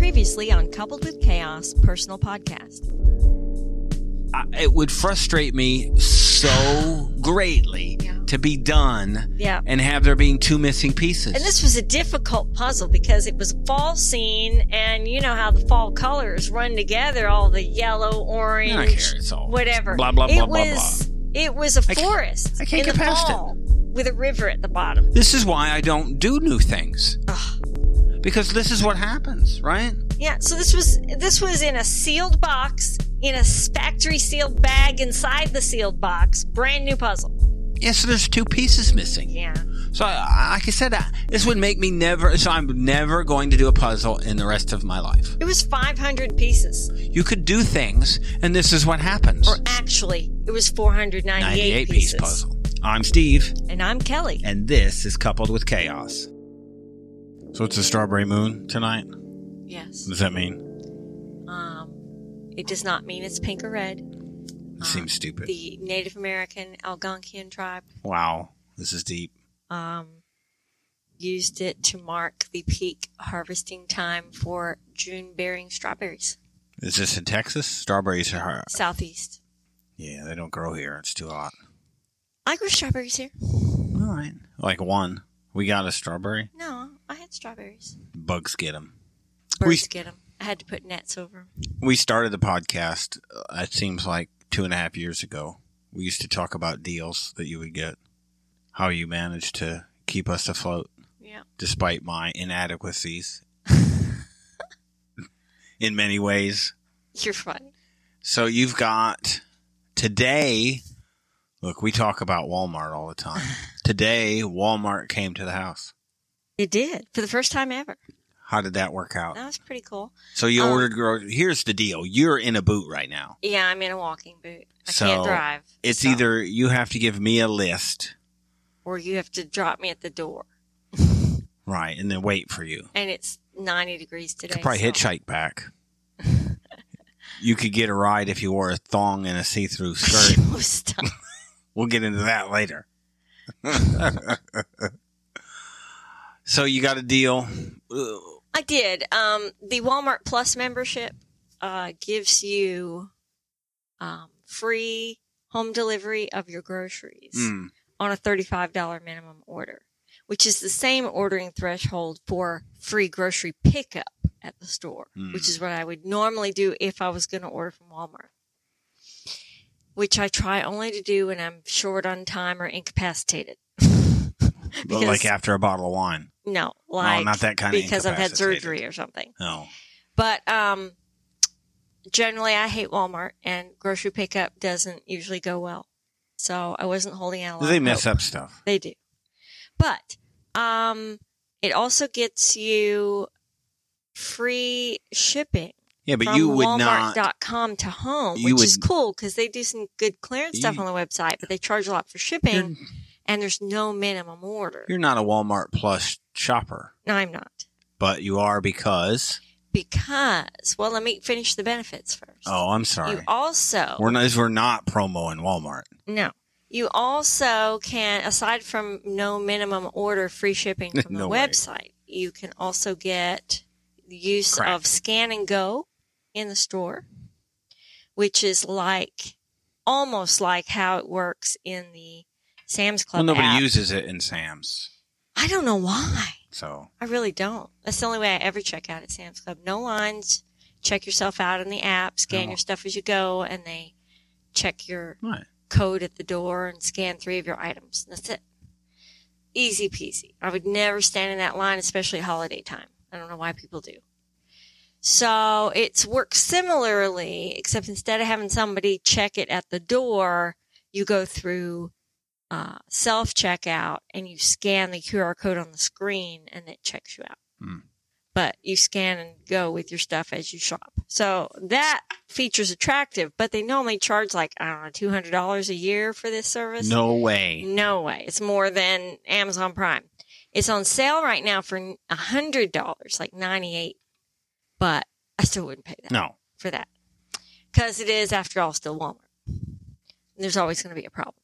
previously on Coupled with Chaos Personal Podcast. I, it would frustrate me so greatly Yeah. to be done Yeah. and have there being two missing pieces. And this was a difficult puzzle because it was fall scene, and you know how the fall colors run together all the yellow, orange, I don't care. It's all whatever. blah, blah, blah, it blah, was, It was a I can't- forest I can't in get the past it. fall with a river at the bottom. This is why I don't do new things. Ugh. Because this is what happens, right? Yeah, so this was this was in a sealed box, in a factory sealed bag inside the sealed box, brand new puzzle. Yeah, so there's two pieces missing. Yeah. So, I, I- like I said, I, this would make me never. So, I'm never going to do a puzzle in the rest of my life. It was 500 pieces. You could do things, and this is what happens. Or actually, it was 498 98 piece pieces. puzzle. I'm Steve. And I'm Kelly. and this is coupled with chaos. So it's a strawberry moon tonight. What Yes. does that mean? Um, it does not mean it's pink or red. It seems stupid. The Native American Algonquian tribe Wow, this is deep. um, used it to mark the peak harvesting time for June bearing strawberries. Is this in Texas? Strawberries are hard. Southeast. Yeah, they don't grow here. It's too hot. I grew strawberries here. All right, like one. We got a strawberry. No, I had strawberries. Bugs get them. We- Birds get 'em. get them. I had to put nets over them. We started the podcast. Uh, it seems like two and a half years ago. We used to talk about deals that you would get, how you managed to keep us afloat. Yeah. despite my inadequacies in many ways. You're funny. So you've got today. Look, we talk about Walmart all the time. Today, Walmart came to the house. It did for the first time ever. How did that work out? That was pretty cool. So you Um, ordered gro- Here's the deal. You're in a boot right now. Yeah, I'm in a walking boot. I So, can't drive. It's so- either you have to give me a list, or you have to drop me at the door. right, and then wait for you. And it's 90 degrees You today. could probably so- hitchhike back. you could get a ride if you wore a thong and a see-through skirt. Oh, stop. We'll get into that later. so you got a deal. Uh, Ugh. I did. Um, the Walmart Plus membership uh, gives you um, free home delivery of your groceries Mm. on a $35 minimum order, which is the same ordering threshold for free grocery pickup at the store, Hmm. which is what I would normally do if I was going to order from Walmart, which I try only to do when I'm short on time or incapacitated. But like after a bottle of wine. No, like no, not that kind of because I've had incapacitated. surgery or something. No. But um, generally, I hate Walmart, and grocery pickup doesn't usually go well. So I wasn't holding out. A lot They of mess hope. up stuff. They do. But um, it also gets you free shipping Yeah, but from you would not. Walmart.com to home, you which is would- cool because they do some good clearance stuff You- on the website, but they charge a lot for You're, shipping, and there's no minimum order. you're not a Walmart Plus shopper, No, I'm not. but you are because. Because, well, let me finish the benefits first. Oh, I'm you sorry. also We're not. We're not promoing Walmart. no. You also can, aside from no minimum order, free shipping from the No way. website. You can also get the use Crap. of Scan and Go in the store, which is like almost like how it works in the Sam's Well, Club. nobody app. uses it in Sam's, I don't know why. so I really don't. That's the only way I ever check out at Sam's Club. No lines. Check yourself out in the app. Scan Oh. your stuff as you go, and they check your right. code at the door and scan three of your items. That's it. Easy peasy. I would never stand in that line, especially at holiday time. I don't know why people do. So it's works similarly, except instead of having somebody check it at the door, you go through uh, self checkout and you scan the QR code on the screen and it checks you out. Hmm. But you scan and go with your stuff as you shop. So that feature's attractive, but they normally charge like, I don't know, $200 a year for this service. No way. No way. It's more than Amazon Prime. It's on sale right now for a hundred dollars, like ninety eight. But I still wouldn't pay that No. for that because it is, after all, still Walmart. There's always going to be a problem.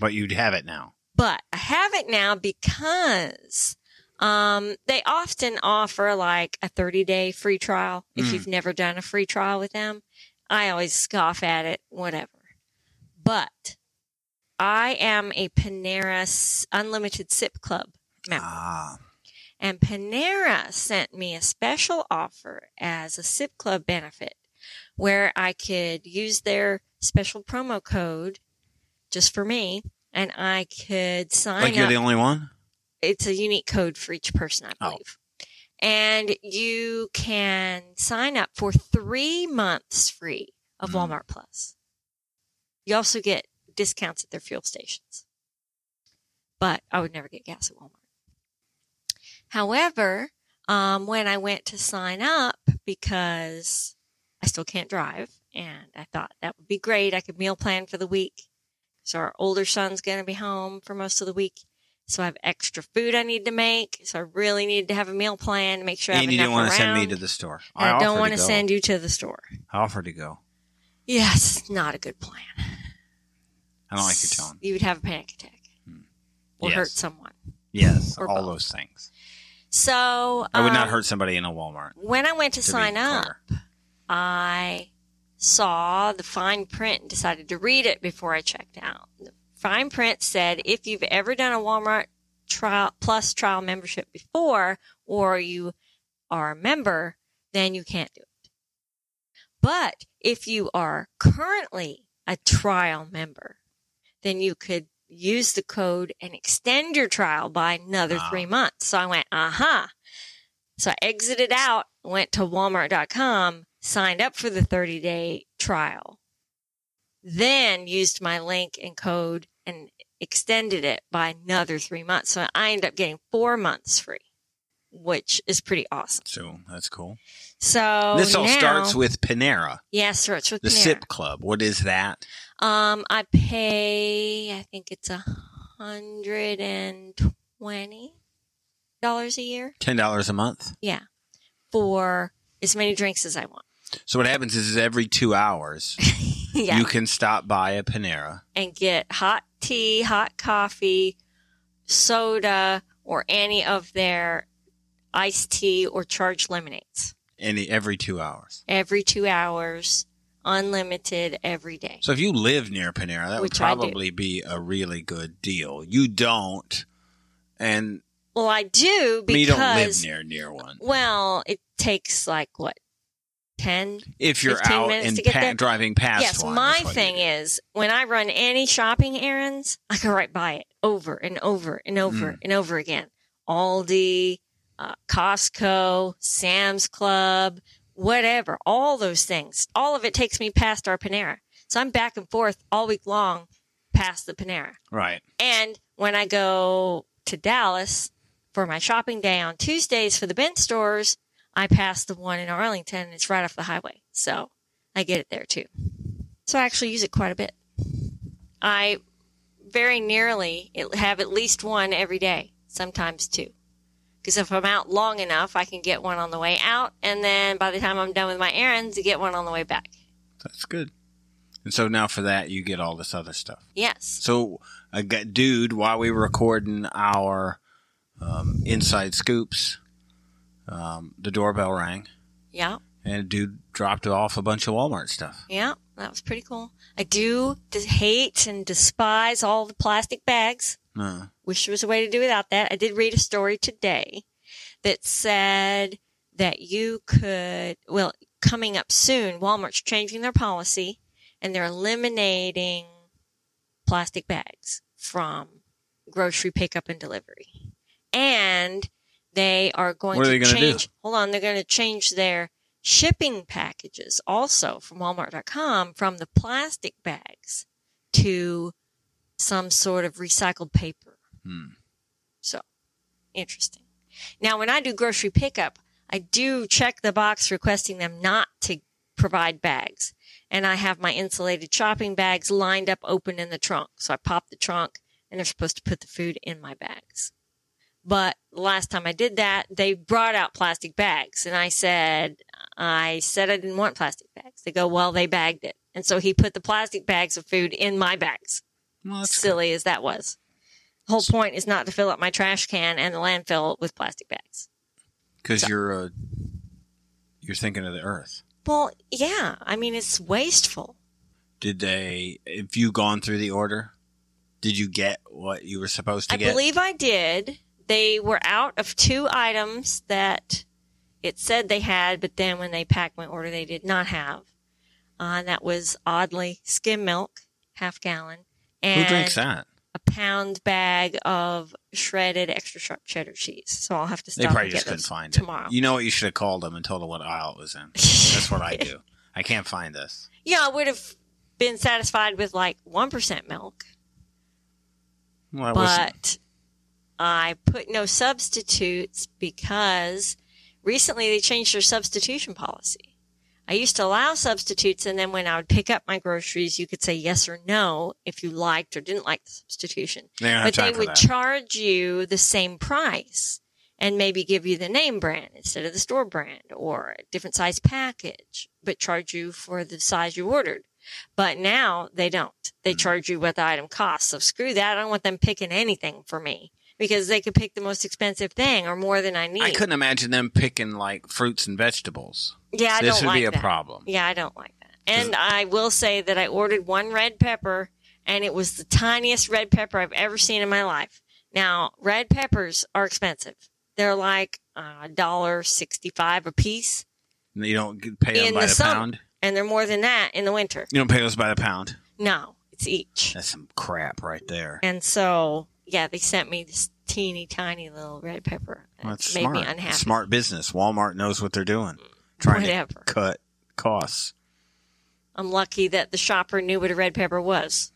But you'd have it now. But I have it now because Um, they often offer like a 30 day free trial if Mm. you've never done a free trial with them. I always scoff at it, whatever. But I am a Panera S- Unlimited Sip Club member. Ah, And Panera sent me a special offer as a Sip Club benefit where I could use their special promo code just for me and I could sign like you're up the only one. it's a unique code for each person, I Oh. believe. And you can sign up for three months free of Mm. Walmart Plus. You also get discounts at their fuel stations. But I would never get gas at Walmart. However, um, when I went to sign up because I still can't drive, and I thought that would be great. I could meal plan for the week. So our older son's going to be home for most of the week. So I have extra food I need to make. So I really need to have a meal plan, make sure I have and you enough didn't want around. to send me to the store. And I don't offered want to go. send you to the store. I offered to go. Yes, not a good plan. I don't like your tone. Hmm. You would have a panic attack or Yes. hurt someone. Yes, Or all both. those things. So I would um, not hurt somebody in a Walmart. When I went to, To be sign up, clear. I saw the fine print and decided to read it before I checked out. The fine print said if you've ever done a Walmart trial plus trial membership before or you are a member, then you can't do it. But if you are currently a trial member, then you could use the code and extend your trial by another Ah. three months. So I went, aha. So I exited out, went to walmart.com, signed up for the 30 day trial, then used my link and code and extended it by another three months. So I ended up getting four months free, which is pretty awesome. So that's cool. So this all Oh, now- starts with Panera, yes, sir, it's with the Panera. Sip Club. What is that? Um, I pay, I think it's a hundred and twenty dollars a year Ten dollars a month. for as many drinks as I want. So what happens is, every two hours yeah, you can stop by a Panera. and get hot tea, hot coffee, soda, or any of their iced tea or charged lemonades Any every two hours. every two hours, unlimited every day. So if you live near Panera, that Which would I do. probably be a really good deal. You don't, and Well, I do I mean, you don't live because near near one. well, it takes like what ten If you're 15 out minutes and to get pa- there? driving past yes, one, my that's what you thing do. is when I run any shopping errands, I go right by it over and over and over Mm. and over again. Aldi, uh, Costco, Sam's Club, whatever, all those things. All of it takes me past our Panera. So I'm back and forth all week long past the Panera. right. And when I go to Dallas for my shopping day on Tuesdays for the Bent stores, I pass the one in Arlington. and It's right off the highway. So I get it there too. So I actually use it quite a bit. I very nearly it- have at least one every day, sometimes two. Because if I'm out long enough, I can get one on the way out. And then by the time I'm done with my errands, I get one on the way back. That's good. And so now for that, you get all this other stuff. Yes. So, I got, dude, while we were recording our um, inside scoops, um, the doorbell rang Yeah. and dude dropped off a bunch of Walmart stuff. Yeah, that was pretty cool. I do dis- hate and despise all the plastic bags. Uh, Wish there was a way to do without that. I did read a story today that said that you could, well, coming up soon, Walmart's changing their policy and they're eliminating plastic bags from grocery pickup and delivery. And they are going What are to they gonna do? change, hold on, they're going to change their shipping packages also from Walmart.com from the plastic bags to some sort of recycled paper. hmm. Interesting. Now, when I do grocery pickup, I do check the box requesting them not to provide bags. And I have my insulated shopping bags lined up open in the trunk. So I pop the trunk and they're supposed to put the food in my bags. But last time I did that, they brought out plastic bags and I said, I said I didn't want plastic bags. They go, well, they bagged it. And so he put the plastic bags of food in my bags Well, that's silly as that was. whole point is not to fill up my trash can and the landfill with plastic bags. Because you're uh, you're thinking of the Earth. Well, yeah, I mean it's wasteful. Did they? If you gone through the order, did you get what you were supposed to I get? believe I did. They were out of two items that it said they had, but then when they packed my order, they did not have. Uh, that was oddly skim milk, half gallon, Who and drinks that? a pound bag of shredded extra sharp cheddar cheese. So I'll have to They stop probably and just get couldn't those find tomorrow. it. You know what? You should have called them and told them what aisle it was in. That's what I do. I can't find this. yeah, I would have been satisfied with like one percent milk. Well, it but wasn't- I put no substitutes because recently they changed their substitution policy. I used to allow substitutes, and then when I would pick up my groceries, you could say yes or no if you liked or didn't like the substitution. they don't have But they time for would that. charge you the same price and maybe give you the name brand instead of the store brand or a different size package, but charge you for the size you ordered. But now they don't. They Hmm. charge you what the item costs. So screw that. I don't want them picking anything for me because they could pick the most expensive thing or more than I need. I couldn't imagine them picking like fruits and vegetables. yeah, I this don't would like be a that. problem. Yeah, I don't like that. And I will say that I ordered one red pepper, and it was the tiniest red pepper I've ever seen in my life. Now, red peppers are expensive. They're like a dollar sixty-five a piece, You don't get- pay them In by the the, summer. pound. and they're more than that in the winter. You don't pay those by the pound. No, it's each. That's some crap right there. And so, yeah, they sent me this teeny tiny little red pepper. Well, It that's made smart. me unhappy. Smart business. Walmart knows what they're doing. Trying Whatever. to cut costs. I'm lucky that the shopper knew what a red pepper was.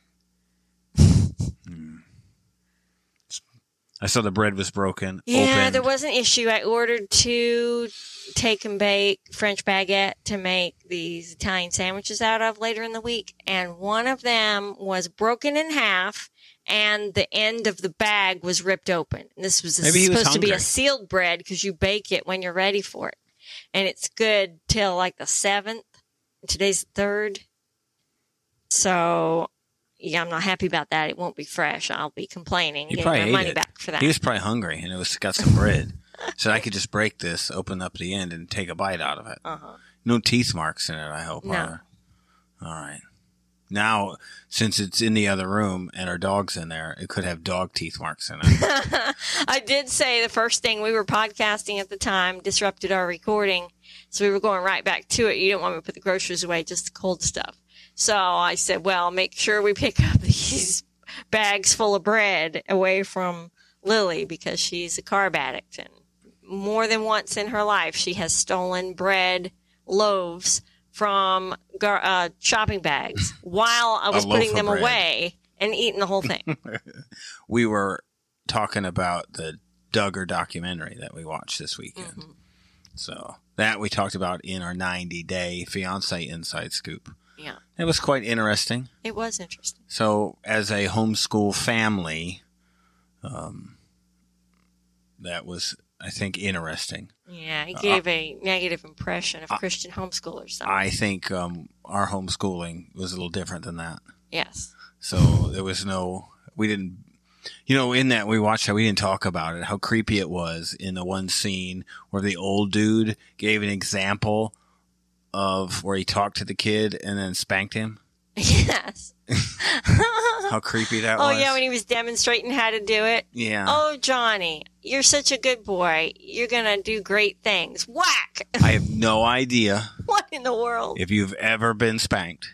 I saw the bread was broken. Yeah, opened. there was an issue. I ordered two take and bake French baguette to make these Italian sandwiches out of later in the week, and one of them was broken in half, and the end of the bag was ripped open. This was Maybe he was supposed to be a hungry. sealed bread because you bake it when you're ready for it, and it's good till like the seventh. Today's the third, so yeah, I'm not happy about that. It won't be fresh. I'll be complaining, He getting probably my ate money it. back for that. He was probably hungry and it was got some bread. so I could just break this, open up the end, and take a bite out of it. uh-huh. No teeth marks in it, I hope. No. are there? All right. Now, since it's in the other room and our dog's in there, it could have dog teeth marks in it. I did say the first thing we were podcasting at the time disrupted our recording. So we were going right back to it. You didn't want me to put the groceries away, just the cold stuff. So I said, well, make sure we pick up these bags full of bread away from Lily because she's a carb addict. And more than once in her life, she has stolen bread loaves from gar- uh, shopping bags while I was loaf putting of them bread. away and eating the whole thing. we were talking about the Duggar documentary that we watched this weekend. Mhm. So that we talked about in our 90 day fiance inside scoop. Yeah. It was quite interesting. It was interesting. So as a homeschool family, um, that was, I think, interesting. Yeah, he gave a negative impression of Christian homeschoolers. So. Uh, I think um, our homeschooling was a little different than that. yes. So there was no, we didn't, you know, in that we watched how we didn't talk about it, how creepy it was in the one scene where the old dude gave an example of where he talked to the kid and then spanked him. Yes. How creepy that oh, was. yeah, when he was demonstrating how to do it. yeah. Oh, Johnny, you're such a good boy. You're going to do great things. Whack! I have no idea what in the world? if you've ever been spanked,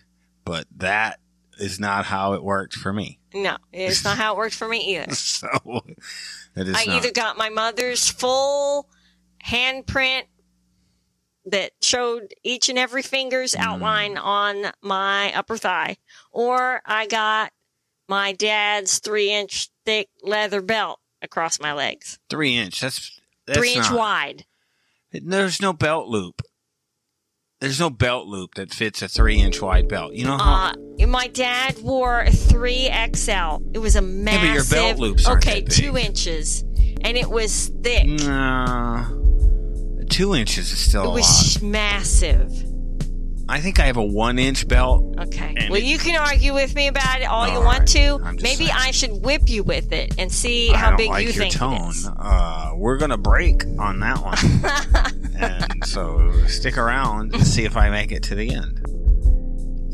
but that is not how it worked for me. No, it's not how it worked for me either. So that is I not. either got my mother's full handprint that showed each and every finger's Mm. outline on my upper thigh, or I got my dad's three inch thick leather belt across my legs, three inch. That's, that's three inch not- wide. There's no belt loop. There's no belt loop that fits a three inch wide belt. You know how Uh, my dad wore a three XL. It was a massive. but your belt loops aren't okay, that two big. inches, and it was thick. Nah, two inches is still It a was massive. lot. I think I have a one inch belt. Okay. And well, it- you can argue with me about it all, you All want right. to. I'm just Maybe saying. I should whip you with it and see I how don't big like you your think it tone. is. Uh, we're gonna break on that one, and so stick around to see if I make it to the end.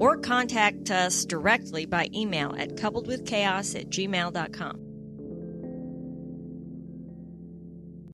or contact us directly by email at coupledwithchaos at gmail.com.